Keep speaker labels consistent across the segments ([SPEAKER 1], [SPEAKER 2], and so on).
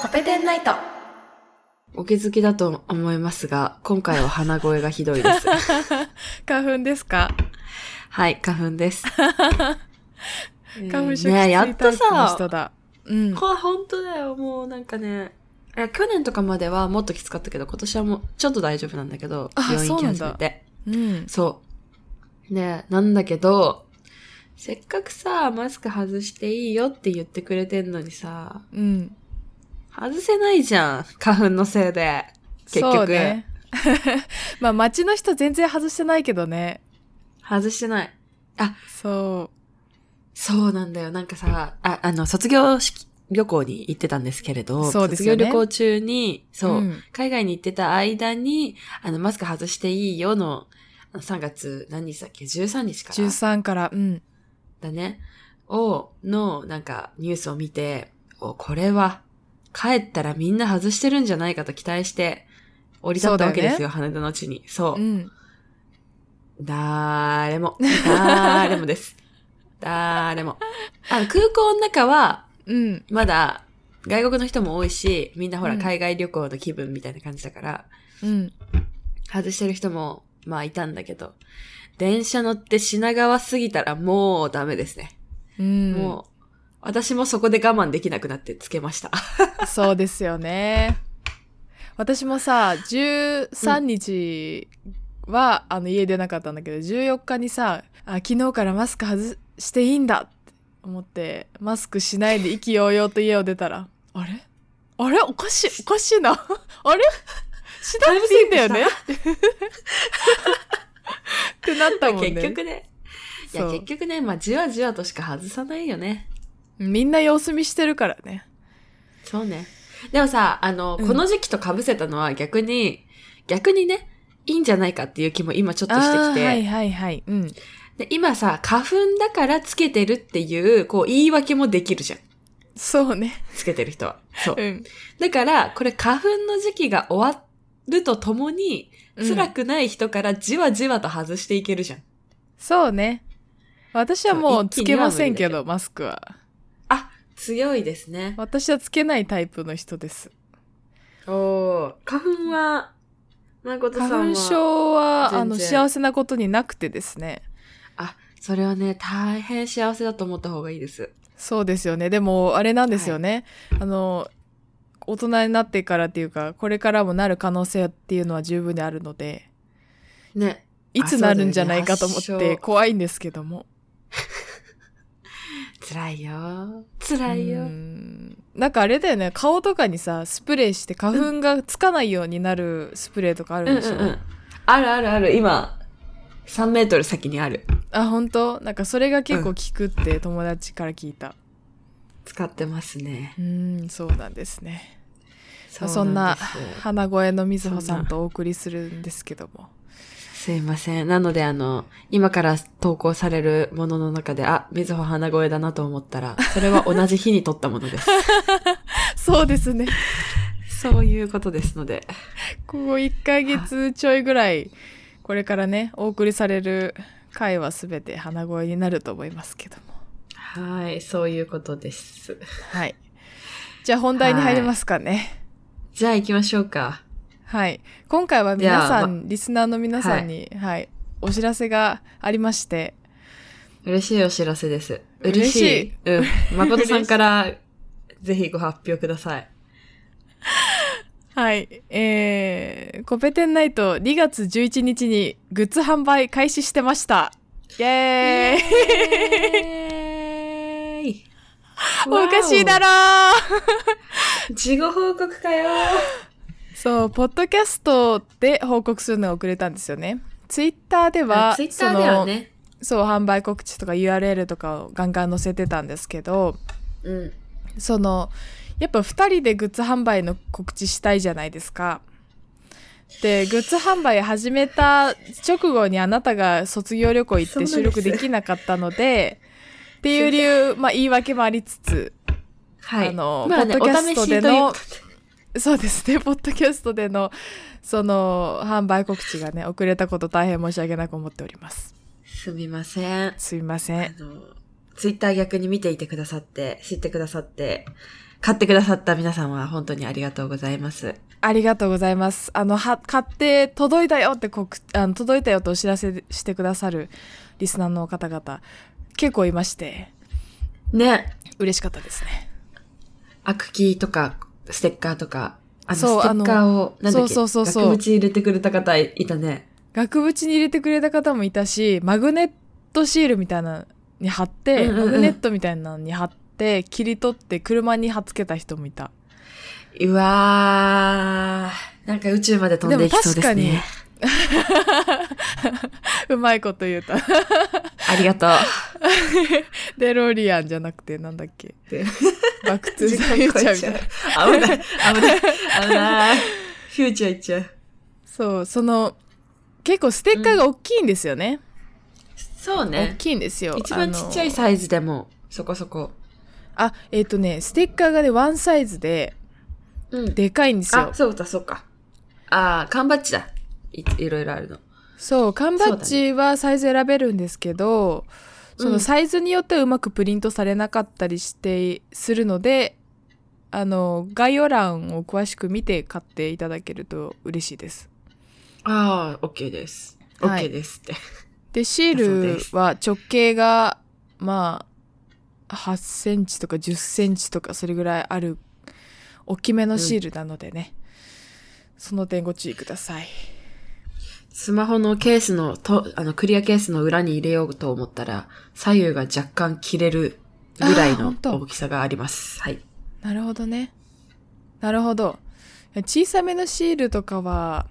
[SPEAKER 1] コペテンナイト。
[SPEAKER 2] お気づきだと思いますが、今回は鼻声がひどいです。
[SPEAKER 3] 花粉ですか
[SPEAKER 2] はい、花粉です。
[SPEAKER 3] 花粉症
[SPEAKER 2] うんねやっと
[SPEAKER 3] の
[SPEAKER 2] さ
[SPEAKER 3] 人、だ。うん。
[SPEAKER 2] これ本当だよ、もうなんかね。いや去年とかまではもっときつかったけど、今年はもうちょっと大丈夫なんだけど、
[SPEAKER 3] あ
[SPEAKER 2] 病院行
[SPEAKER 3] そう
[SPEAKER 2] き
[SPEAKER 3] なん
[SPEAKER 2] 始
[SPEAKER 3] だ
[SPEAKER 2] めて。
[SPEAKER 3] うん。
[SPEAKER 2] そう。ねなんだけど、せっかくさ、マスク外していいよって言ってくれてんのにさ、
[SPEAKER 3] うん。
[SPEAKER 2] 外せないじゃん。花粉のせいで。結局
[SPEAKER 3] そうね。 まあ、街の人全然外してないけどね。
[SPEAKER 2] 外してない。
[SPEAKER 3] そ
[SPEAKER 2] そうなんだよ。なんかさ、あ、あの、卒業式旅行に行ってたんですけれど、
[SPEAKER 3] そうですよ
[SPEAKER 2] 卒
[SPEAKER 3] ね
[SPEAKER 2] 業旅行中に、
[SPEAKER 3] う。
[SPEAKER 2] そう、
[SPEAKER 3] ん
[SPEAKER 2] 海外に行ってた間に、あの、マスク外していいよの、あの3月何日だっけ ?13 日から
[SPEAKER 3] 13から、うん。
[SPEAKER 2] だね。を、の、なんか、ニュースを見て、お、これは、帰ったらみんな外してるんじゃないかと期待して、降り立ったわけですよ、羽田の地に。そうう。
[SPEAKER 3] ん。
[SPEAKER 2] だーれも。だーれもです。だーれも。あの、空港の中は、
[SPEAKER 3] うん。
[SPEAKER 2] まだ外国の人も多いし、みんなほ
[SPEAKER 3] う
[SPEAKER 2] ら
[SPEAKER 3] ん
[SPEAKER 2] 海外旅行の気分みたいな感じだから、
[SPEAKER 3] うん。
[SPEAKER 2] 外してる人もまあいたんだけど、電車乗って品川過ぎたらもうダメですね。
[SPEAKER 3] うん。
[SPEAKER 2] もう、私もそこで我慢できなくなってつけました。
[SPEAKER 3] そうですよね。私もさ、13日は、あの家出なかったんだけど、14日にさ、あ昨日からマスク外していいんだって思って、マスクしないで意気揚々と家を出たら、あれあれおかしい、おかしいな。あれしなくていいんだよね。 ってなったもんね。
[SPEAKER 2] 結局ね。いや
[SPEAKER 3] そう
[SPEAKER 2] 結局ね、まあじわじわとしか外さないよね。
[SPEAKER 3] みんな様子見してるからね。
[SPEAKER 2] そうね。でもさ、あの、
[SPEAKER 3] うん
[SPEAKER 2] この時期と被せたのは逆に、逆にね、いいんじゃないかっていう気も今ちょっとしてき
[SPEAKER 3] あー
[SPEAKER 2] て。
[SPEAKER 3] はいはいはい。うん。
[SPEAKER 2] で今さ、花粉だからつけてるっていう、こう、言い訳もできるじゃん。
[SPEAKER 3] そうね。
[SPEAKER 2] つけてる人は。そう
[SPEAKER 3] う。ん。
[SPEAKER 2] だから、これ花粉の時期が終わるとともに、辛くない人からじわじわと外していけるじゃん。
[SPEAKER 3] そうね。私はも
[SPEAKER 2] そうう一気
[SPEAKER 3] つ
[SPEAKER 2] に
[SPEAKER 3] けませんけ
[SPEAKER 2] は
[SPEAKER 3] ど、マスクは。
[SPEAKER 2] 強いですね。
[SPEAKER 3] 私はつけないタイプの人です。
[SPEAKER 2] おー花粉は、誠さんは。
[SPEAKER 3] 花粉症は、あの、
[SPEAKER 2] 全然
[SPEAKER 3] 幸せなことになくてですね。
[SPEAKER 2] それはね、大変幸せだと思った方がいいです。
[SPEAKER 3] そうですよね。でも、あれなんですよね。あの、大人になってからっていうか、これからもなる可能性っていうのは十分にあるので、
[SPEAKER 2] ね。
[SPEAKER 3] いつなるんじゃないかと思
[SPEAKER 2] そう
[SPEAKER 3] っ
[SPEAKER 2] だよね
[SPEAKER 3] て
[SPEAKER 2] 発症
[SPEAKER 3] 怖いんですけども。
[SPEAKER 2] 辛いよ。辛いうよ。
[SPEAKER 3] んなんかあれだよね、顔とかにさ、スプレーして花粉がつかないようになるスプレーとかあ
[SPEAKER 2] う
[SPEAKER 3] る
[SPEAKER 2] ん
[SPEAKER 3] で
[SPEAKER 2] う
[SPEAKER 3] しょ。
[SPEAKER 2] んうん。あるあるある。今、3メートル先にある。
[SPEAKER 3] あ本当なんかそれが結構効くって友達から聞いた
[SPEAKER 2] 使ってますね。
[SPEAKER 3] うんそうなんですね
[SPEAKER 2] そ
[SPEAKER 3] そんな
[SPEAKER 2] うなんです
[SPEAKER 3] 鼻声のみずほさ
[SPEAKER 2] そん
[SPEAKER 3] ん
[SPEAKER 2] な
[SPEAKER 3] とお送りするんですけど も
[SPEAKER 2] すいません。なので、あの、今から投稿されるものの中で、あ、みずほ鼻声だなと思ったら、それは同じ日に撮ったもの です。
[SPEAKER 3] そうですね
[SPEAKER 2] そういうことですので。
[SPEAKER 3] ここ1ヶ月ちょいぐらいこれからねお送りされる回は全て鼻声になると思いますけども
[SPEAKER 2] はい、そういうことです。
[SPEAKER 3] はいじゃあ本題に入りますかね
[SPEAKER 2] じゃあ行きましょうか。
[SPEAKER 3] はい、今回は皆
[SPEAKER 2] じゃ
[SPEAKER 3] さ
[SPEAKER 2] あ
[SPEAKER 3] んリスナーの皆さんに、はいお知らせがありまして
[SPEAKER 2] 嬉しいお知らせです。
[SPEAKER 3] 嬉しい
[SPEAKER 2] 嬉しいうん。誠さんから、ぜひご発表ください。
[SPEAKER 3] はい。えー、コペテンナイト2月11日にグッズ販売開始してました。イェーイ
[SPEAKER 2] えーイ
[SPEAKER 3] おかしいだ
[SPEAKER 2] ろ
[SPEAKER 3] ろー
[SPEAKER 2] 事後報告かよ
[SPEAKER 3] そう、ポッドキャストで報告するのが遅れたんですよね。ツイッターでは、
[SPEAKER 2] ツイッターではね。
[SPEAKER 3] その、そう、販売告知とか URL とかをガンガン載せてたんですけど、
[SPEAKER 2] うん。
[SPEAKER 3] その、やっぱ2人でグッズ販売の告知したいじゃないですか。で、グッズ販売始めた直後にあなたが卒業旅行行っ
[SPEAKER 2] そうなん
[SPEAKER 3] て
[SPEAKER 2] です
[SPEAKER 3] 収録できなかったので、っていう理由、まあ言い訳もありつつ、
[SPEAKER 2] はい。
[SPEAKER 3] あの
[SPEAKER 2] まあね
[SPEAKER 3] ポッドキャストでの
[SPEAKER 2] お試しということで
[SPEAKER 3] そうですね、ポッドキャストでの、その、販売告知がね、遅れたこと大変申し訳なく思っております。
[SPEAKER 2] すみません。
[SPEAKER 3] すみませ
[SPEAKER 2] あ
[SPEAKER 3] ん。
[SPEAKER 2] の、ツイッター逆に見ていてくださって、知ってくださって、買ってくださった皆さんは本当にありがとうございます。
[SPEAKER 3] ありがとうございます。あの、は、買って届いたよって告、あの、届いたよってお知らせしてくださるリスナーの方々、結構いまして、
[SPEAKER 2] ね、
[SPEAKER 3] 嬉しかったですね。
[SPEAKER 2] アクキーとか、ステッカーとか、あの、ステ
[SPEAKER 3] そう
[SPEAKER 2] ッカーを、なんだっけ、
[SPEAKER 3] そうそうそうそう
[SPEAKER 2] 額縁入れてくれた方いたね。
[SPEAKER 3] 額縁に入れてくれた方もいたし、マグネットシールみたいなのに貼って、
[SPEAKER 2] うんうんうん
[SPEAKER 3] マグネットみたいなのに貼って、切り取って車に貼っつけた人もいた。
[SPEAKER 2] うわー、なんか宇宙まで飛んでいきそうです
[SPEAKER 3] でも
[SPEAKER 2] ね。
[SPEAKER 3] うまいこと言うた。
[SPEAKER 2] ありがとう。
[SPEAKER 3] デロリアンじゃなくて、なんだっけ。バックトゥ ーザフューチャーみたいな。
[SPEAKER 2] 危ない、危ない、危 ない。フューチャー行っちゃう。
[SPEAKER 3] そう、その、結構ステッカーが大きいんですよね。
[SPEAKER 2] そう
[SPEAKER 3] 大。きいんですよ。
[SPEAKER 2] 一番ちっちゃい
[SPEAKER 3] あの
[SPEAKER 2] サイズでも、そこそこ。
[SPEAKER 3] あ、えっ、とね、ステッカーがね、ワンサイズで、
[SPEAKER 2] うん。
[SPEAKER 3] でかいんです
[SPEAKER 2] あ
[SPEAKER 3] よ、。
[SPEAKER 2] そうだ、そうか。ああ、缶バッジだ。いいろいろあるの。
[SPEAKER 3] そう、缶バッジはサイズ選べるんですけど、
[SPEAKER 2] うん
[SPEAKER 3] そのサイズによってはうまくプリントされなかったりして、するので、あの、概要欄を詳しく見て買っていただけると嬉しいです。
[SPEAKER 2] ああ、OK です。
[SPEAKER 3] はい
[SPEAKER 2] OK ですって。
[SPEAKER 3] で、シールは直径が、まあ、8センチとか10センチとかそれぐらいある、大きめのシールなのでね、その点ご注意ください。
[SPEAKER 2] スマホのケースのと、あの、クリアケースの裏に入れようと思ったら、左右が若干切れるぐらい
[SPEAKER 3] あーほ
[SPEAKER 2] の
[SPEAKER 3] んと
[SPEAKER 2] 大きさがあります。はい。
[SPEAKER 3] なるほどね。なるほど。小さめのシールとかは、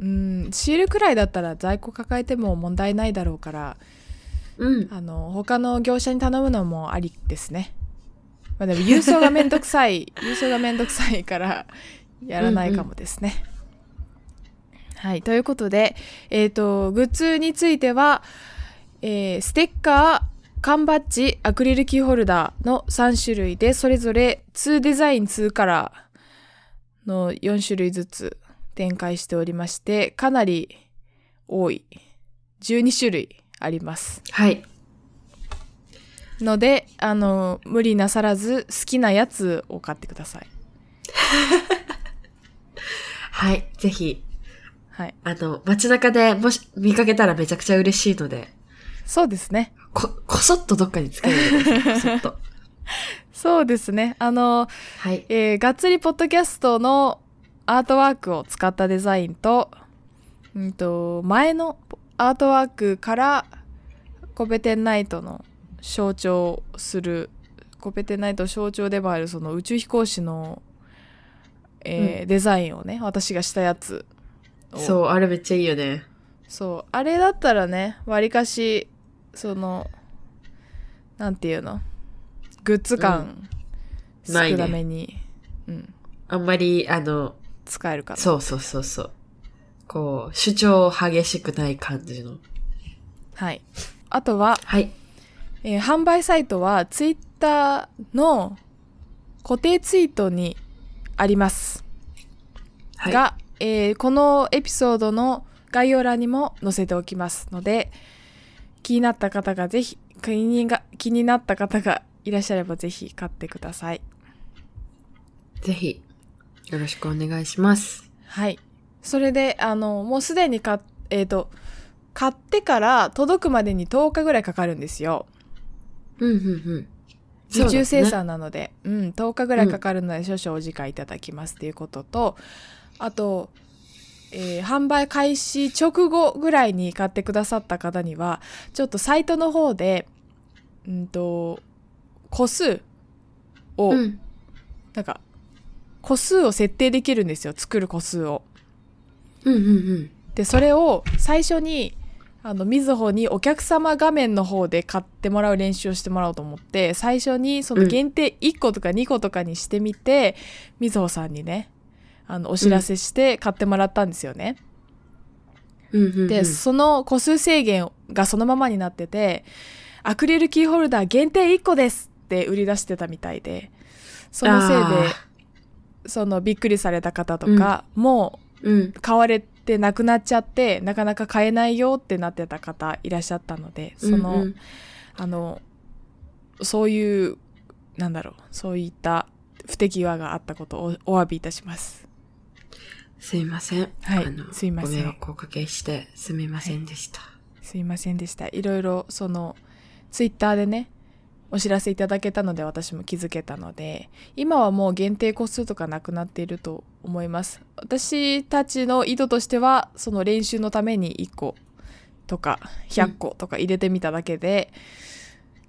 [SPEAKER 3] うん、シールくらいだったら在庫抱えても問題ないだろうから、
[SPEAKER 2] うん。
[SPEAKER 3] あの、他の業者に頼むのもありですね。まあでも郵送がめんどくさ い、郵送がめんどくさいから、やらないかもですね。はい。ということで、えっ、と、グッズについては、えーステッカー、缶バッジ、アクリルキーホルダーの3種類で、それぞれ2デザイン2カラーの4種類ずつ展開しておりまして、かなり多い。12種類あります。
[SPEAKER 2] はい。
[SPEAKER 3] のであの無理なさらず好きなやつを買ってください
[SPEAKER 2] はい。ぜひ、
[SPEAKER 3] はい
[SPEAKER 2] あの、街中でもし見かけたらめちゃくちゃ嬉しいので、
[SPEAKER 3] そうですね
[SPEAKER 2] こ、こそっとどっかにつけてくだ さい。こそっと。
[SPEAKER 3] そうですねあの、
[SPEAKER 2] はい。
[SPEAKER 3] えーがっつりポッドキャストのアートワークを使ったデザインと,、うん、と前のアートワークからコペテンナイトの象徴するコペテンナイト象徴でもあるその宇宙飛行士の、えーデザインをね私がしたやつを
[SPEAKER 2] そう、あれめっちゃいいよね。
[SPEAKER 3] そうあれだったらねわりかしそのなんていうのグッズ感
[SPEAKER 2] う
[SPEAKER 3] 少
[SPEAKER 2] んないね
[SPEAKER 3] なめに、うん、
[SPEAKER 2] あんまり、あの、
[SPEAKER 3] 使えるかな
[SPEAKER 2] そうそうそうそう。こう、主張激しくない感じの。
[SPEAKER 3] はいあとは、
[SPEAKER 2] はい。
[SPEAKER 3] えー販売サイトはツイッターの固定ツイートにあります
[SPEAKER 2] はい。
[SPEAKER 3] が、えーこのエピソードの概要欄にも載せておきますので気になった方がぜひ気にが気になった方がいらっしゃればぜひ買ってください
[SPEAKER 2] ぜひ、よろしくお願いします。
[SPEAKER 3] はい。それで、あの、もうすでに買っ、えっ、と、買ってから届くまでに10日ぐらいかかるんですよ。
[SPEAKER 2] うん、うん、うん。
[SPEAKER 3] 受注生
[SPEAKER 2] そうだね
[SPEAKER 3] 産なので、うん、10日ぐらいかかるので少々お時間いただきますっていうことと、あと、えー販売開始直後ぐらいに買ってくださった方には、ちょっとサイトの方で、うんと、個数を、
[SPEAKER 2] うん。
[SPEAKER 3] なんか、個数を設定できるんですよ。作る個数を。
[SPEAKER 2] うん、うん、うん。
[SPEAKER 3] でそれを最初にあのみずほにお客様画面の方で買ってもらう練習をしてもらおうと思って最初にその限定1個とか2個とかにしてみてみずほさんにねあのお知らせして買ってもらったんですよね。
[SPEAKER 2] うん、うんうん。
[SPEAKER 3] でその個数制限がそのままになっててアクリルキーホルダー限定1個ですって売り出してたみたいでそのせい
[SPEAKER 2] あー
[SPEAKER 3] でそのびっくりされた方とか、もう
[SPEAKER 2] うん。
[SPEAKER 3] 買われてなくなっちゃってなかなか買えないよってなってた方いらっしゃったのでその、
[SPEAKER 2] うんうん
[SPEAKER 3] あのそういうなんだろうそういった不手際があったことをお詫びいたします。
[SPEAKER 2] すいません。
[SPEAKER 3] はい
[SPEAKER 2] あの
[SPEAKER 3] すいません
[SPEAKER 2] ご迷惑をおかけしてすみませんでした。
[SPEAKER 3] すいませんでした。いろいろそのツイッターでね、お知らせいただけたので私も気づけたので、今はもう限定個数とかなくなっていると思います。私たちの意図としては、その練習のために1個とか100個とか入れてみただけで、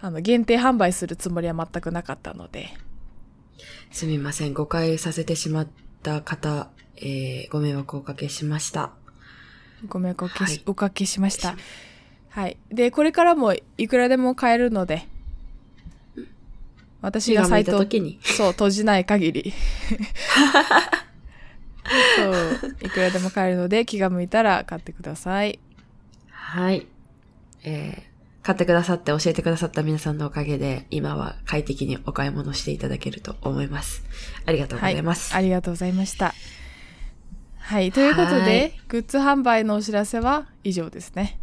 [SPEAKER 3] あの限定販売するつもりは全くなかったので、
[SPEAKER 2] すみません。誤解させてしまった方、えー、ご迷惑をおかけしました。
[SPEAKER 3] ご迷惑をおかけし,、
[SPEAKER 2] はい
[SPEAKER 3] おかけしました。はい。で、これからもいくらでも買えるので、私
[SPEAKER 2] 気
[SPEAKER 3] が
[SPEAKER 2] が向
[SPEAKER 3] サ
[SPEAKER 2] い
[SPEAKER 3] イ
[SPEAKER 2] た
[SPEAKER 3] トを
[SPEAKER 2] 時に。
[SPEAKER 3] そう、閉じない限り。そう、いくらでも買えるので、気が向いたら買ってください。
[SPEAKER 2] はい。えー、買ってくださって教えてくださった皆さんのおかげで、今は快適にお買い物していただけると思います。ありがとうございます。
[SPEAKER 3] ありがとうございました。はい、ということ
[SPEAKER 2] はい
[SPEAKER 3] で、グッズ販売のお知らせは以上ですね。